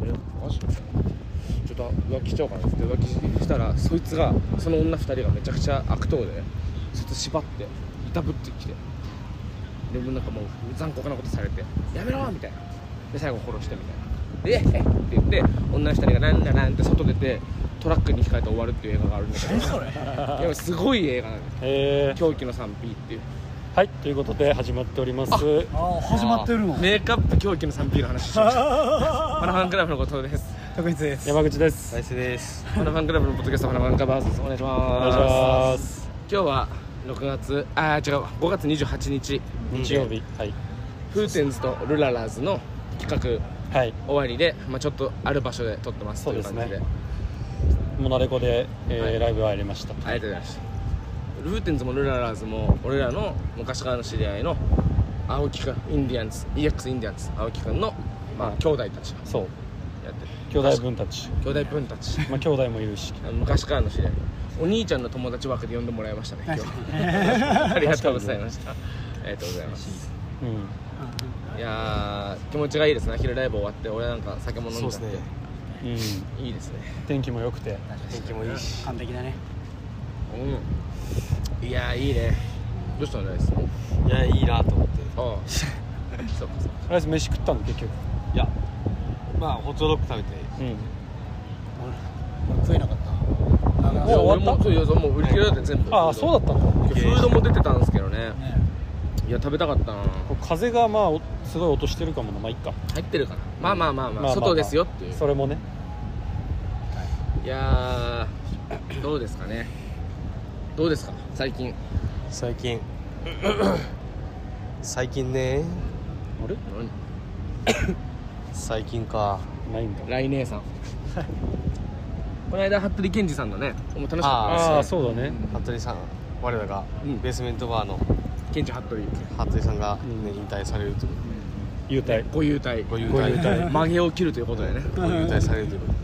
だよマジでちょっと浮気しちゃおうかなっつって浮気したらそいつがその女2人がめちゃくちゃ悪党でそいつ縛っていたぶってきてでもうなんかもう残酷なことされて「やめろ!」みたいなで最後殺してみたいなで「えっ!」って言って女2人が「なんだなん」って外出てトラックにひかれて終わるっていう映画があるんだけどそれでもすごい映画なんですえー、狂気の 3P っていうはいということで始まっておりますああ始まってるのメイクアップ狂気の 3P の話し ましたマナファンクラブのことです特別で す山口ですイスですマナファンクラブのポッドキャストマナファンカバーズですお願いしおま願いすします今日は6月あー違うわ5月28日日曜日はいフーテンズとルララーズの企はい画終わりで、まあ、ちょっとある場所で撮ってますそとういでうす感じねでモナレコで、えーはいライブはやりましたありがとうございましたフーテンズもルララーズも俺らの昔からの知り合いの青木くんインディアンズ EX インディアンズ青木くんの、まあ、はい兄弟たちがそうやってる兄弟分たち兄弟分たちまあ兄弟もいるしあの昔からの知り合いお兄ちゃんの友達枠で呼んでもらいましたね今日ありがとうございましたありがとうございますうんいやー気持ちがいいですね昼ライブ終わって俺なんか酒も飲んじゃってそうですねうんいいですね天気も良くて天気もいいし完璧だねうんいやーいいねどうしたのライスあいやいいなと思って あそうかそうかとりあえず飯食ったの結局いやまあホットドッグ食べてうん俺食えなかったい長やもう終わ俺ったもそういやそうもう売り切れだって全部ああそうだったのフードも出てたんですけどねねいや食べたかったなこう風がまあおすごい音してるかもなまあいっか入ってるかなまあまあまあまあ外ですよっていうそれもねいやーどうですかねどうですか最近 最近最近ねあれ最近かないんだ来年さんこの間服部健二さんのねもう楽しかあああーそうだね服部さん我らがうんベースメントバーのった健二服部服部さんが、うんね引退されるという優待ご優待ご優待ご優曲げを切るということでね ご優待されるということで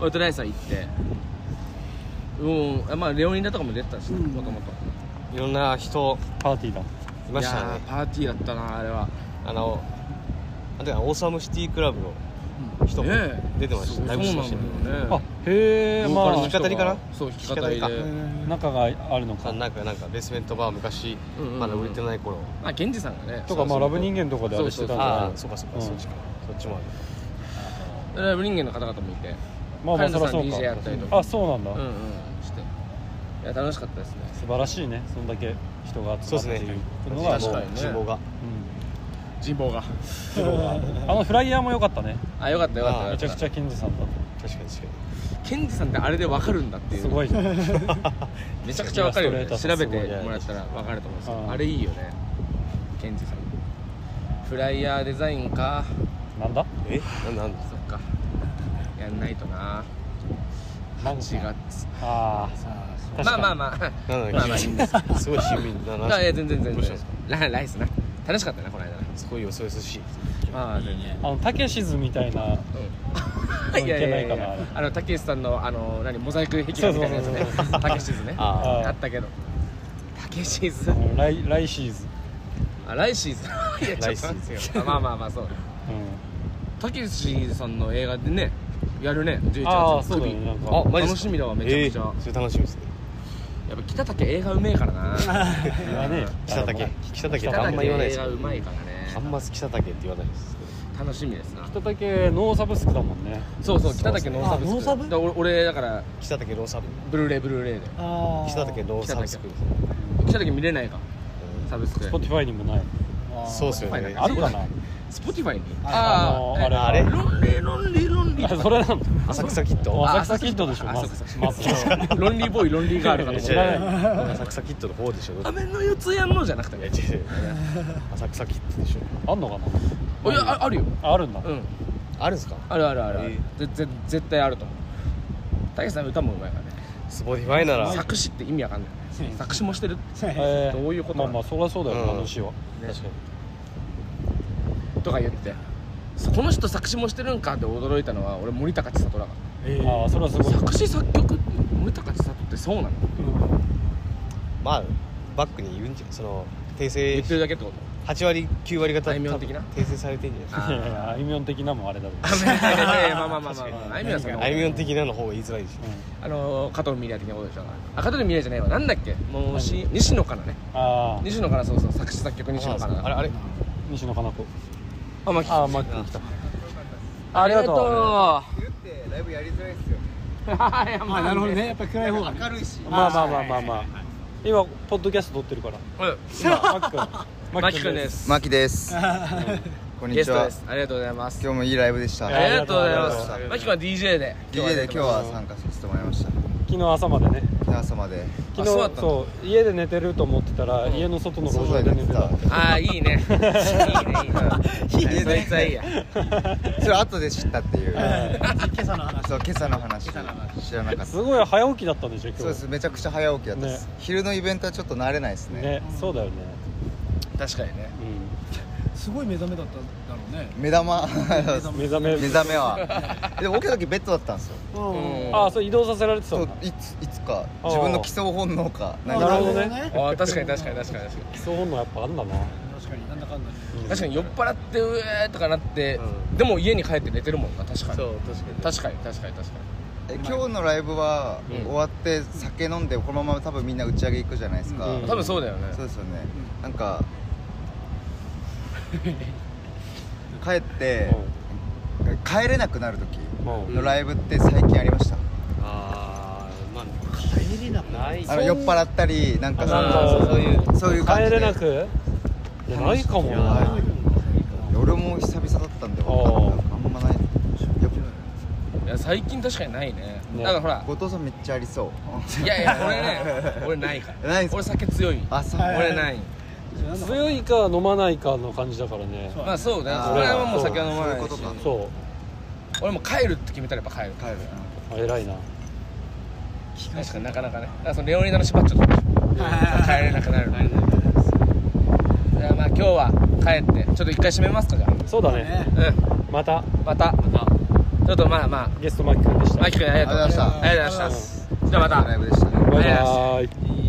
俺とライさん行ってうんあまあレオニダとかも出てたしもともといろんな人パーティーだいまし たやねーパーティーだったなあれはあのあとはオーサムシティクラブの人もねえ出てました、そうライブそうしなまんしだたよねねあへえボーまカルあ弾き語りかなそう弾き語り弾き語りでか中があるのかあなんかなんかベースメントバー昔、うんうんうんまだ売れてない頃あ健二さんがねとかまあラブ人間とかであれしてたんじゃあなあいそうかそうか、うんそっちかそっちもあるラブ人間の方々もいてまあまあ彼そ女りさんゃそう DJ やったりとかかあそうなんだ、うんうんしていや楽しかったですね素晴らしいねそんだけ人が集そまうっでてすいるねっていうのが確もうかもうに人望が人望がうんあのフライヤーも良かったねあよかったよかったあよかっためちゃくちゃ金次さんだっ確かに確か健二さんってあれで分かるんだってたいうすごいねめちゃくちゃ分かるよねイラスト調レーターべてもらったら分かると思うんですけうんどあれいいよねケンジさんフライヤーデザインかなんだにえなんなんだそっかやんないとななんか4月あさあそう確かまあにまあまあなんだまあまあいいんですすごい親身だあないや全然全どうした然んですかラライスな楽しかったなこの間なすごいよそれ優しいああ全然あのたけしズみたいなうん いやいやいいけないかなあやれあのたけしさんのあの何モザイク壁画みたいなやつ ねそうそうそうそうたけし図ねあああーったけどたけし図あのライライシーズ、あライシーズ いやちょっと待ってよまあまあまあそうたけしさんの映画でねやるねう11ん、ああ月そうだねなんかあマジ楽っすかしみだわめちゃくちゃえー、それ楽しみですねやっぱ北竹映画うめえからな言 わねえよ北竹北竹って北あんま竹言わないで映すけ画どうまいからあねんま北竹って言わないです楽しみですな北竹ノーサブスクだもんねそうそう北竹ノーサブスクあノーサブだから俺俺だから北竹ローサブブルーレイブルーレイであー北竹ローサブスク北竹見れないかサブスクスポティファイにもないあーそうっすよねあるかなスポティファイにあのーあれあれロンリーロンリーロンリーあそれなの浅草キッド浅草キッドでしょあまずそうかそうかまずロンリーボーイロンリーガールか と思えっ違知らない たう違う浅草キッドの方でしょ仮面の四つやんのじゃなくていやね違う違う浅草キッドでしょあんのかいやああるよなあるんだうんあるんすかあるあるあるある、えぜぜ絶対あると思うたけしさん歌もうまいからねスポティファイなら作詞って意味わかんない作詞もしてるえーどういうことまなあのまあそりゃそうだよねうんあの詩は確かにとか言ってこの人作詞もしてるんかって驚いたのは俺森高千里だかえーああそれはすらごい作詞作曲森高千里ってそうなのうんまあバックに言うんじゃその訂言正ってるだけってこと8割9割方大名的な多分訂正されてんじゃないですかいやいやあいみょん的なもんあれだろうあいやいやまあまあ まあまあまああいみょんはそんなことあいみょん的なの方が言いづらいでしょうんあのー加藤ミリア的なことでしょあ加藤ミリアじゃないわなんだっけもうし西野かなねああ西野かなそうそう作詞作曲西野かなあれあれ西野かな子あまああマック来たあありがとうまあなるほどねやっぱり暗い方が明るいしまあまあまあまあまあ今ポッドキャスト撮ってるからマックうんマキ君ですマ キです。こんにゲスちトはで。すありがとうございます今日もいいライブでした。いあやりがとうございまありがとうごすざいマキ君は DJ で DJ で今日は参加させてもらいました。昨日朝までね昨日朝まで。昨あそうだった日んだそう家で寝てると思ってたら家の外の路上で寝てた外で寝てああいいねいいねいいねそいつはいいやそれ後で知ったっていう。今朝の話そう今朝の話。今朝の話知らなかった。すごい早起きだったんでしょ今日そうです。めちゃくちゃ早起きだったですね。昼のイベントはちょっと慣れないですね。ねそうだよね確かにねすごい目覚めだったんだろうね目玉。うん目覚め目覚めは。でも起きた時ベッドだったんですよ。うんああそう移動させられてたそんうだいついつか自分の基礎本能か何なかるほどねああ確かに確かに確かに確かに基礎本能やっぱあんだな確かになんだかんだ確かに酔っ払ってうえーとかなって、うでも家に帰って寝てるもんな確かそにう確かに確かに確かに確かえ今日のライブはうん終わって酒飲んでこのまま多分みんな打ち上げ行くじゃないですか。うんに多分そうだよねそうですよね、なん か帰って帰れなくなる時うんうんのライブって最近ありました、あーまあ帰りなくないあの酔っ払ったりなんかそあーのそういうそういう感じ帰でれなくいやないかもなはい夜も久々だったんであーなんかあんまないよいや最近確かにないねねだからほら後藤さんめっちゃありそういやいや俺ね俺ないからないんすか俺酒強い あそう俺ない強いか飲まないかの感じだからねそうまあそうねあー俺はもう酒は飲まないそういうしことかそ俺も帰るって決めたらやっぱ帰る帰るうあ偉いな確かになかなかねだからそのレオニダの縛っちゃったでしょ帰れなくなるじゃあまあ今日は帰ってちょっと一回閉めますかじゃそうだねねあうんまたまたちょっとまあまあゲストマキ君でしたマキ君ありがとうございましたあありりががととうございまうございまししたじゃあまたライブでしたねバイバーイいい